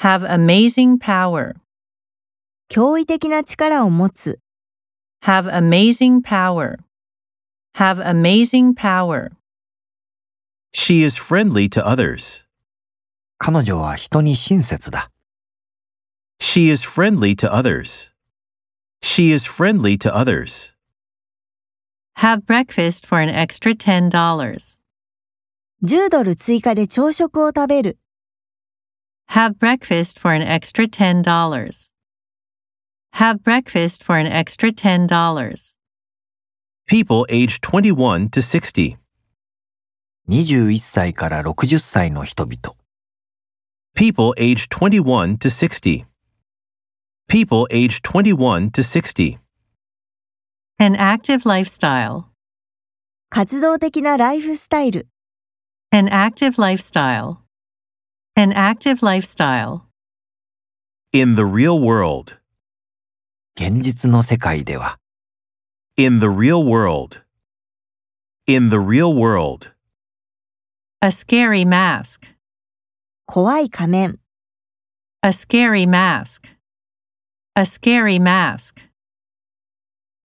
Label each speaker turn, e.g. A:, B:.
A: have amazing power,
B: 驚異的な力を持つ、
A: have amazing power, have amazing power.
C: She is friendly to others.
D: 彼女は人に親切だ。
C: She is friendly to others. She is friendly to others.
A: Have breakfast for an extra $10.
B: 10ドル追加で朝食を食べる、
A: Have breakfast for an extra $10. Have breakfast for an extra $10.
C: People aged 21 to 60.
D: 21歳から60歳の人々。
C: People aged 21 to 60. People aged 21 to 60.
A: An active lifestyle.
B: 活動的なライフスタイル、
A: An active lifestyle. An active lifestyle.
C: In the real world.
D: 現実の世界では、
C: In the real world. In the real world.
A: A scary mask.
B: 怖い仮面。
A: A scary mask. A scary mask.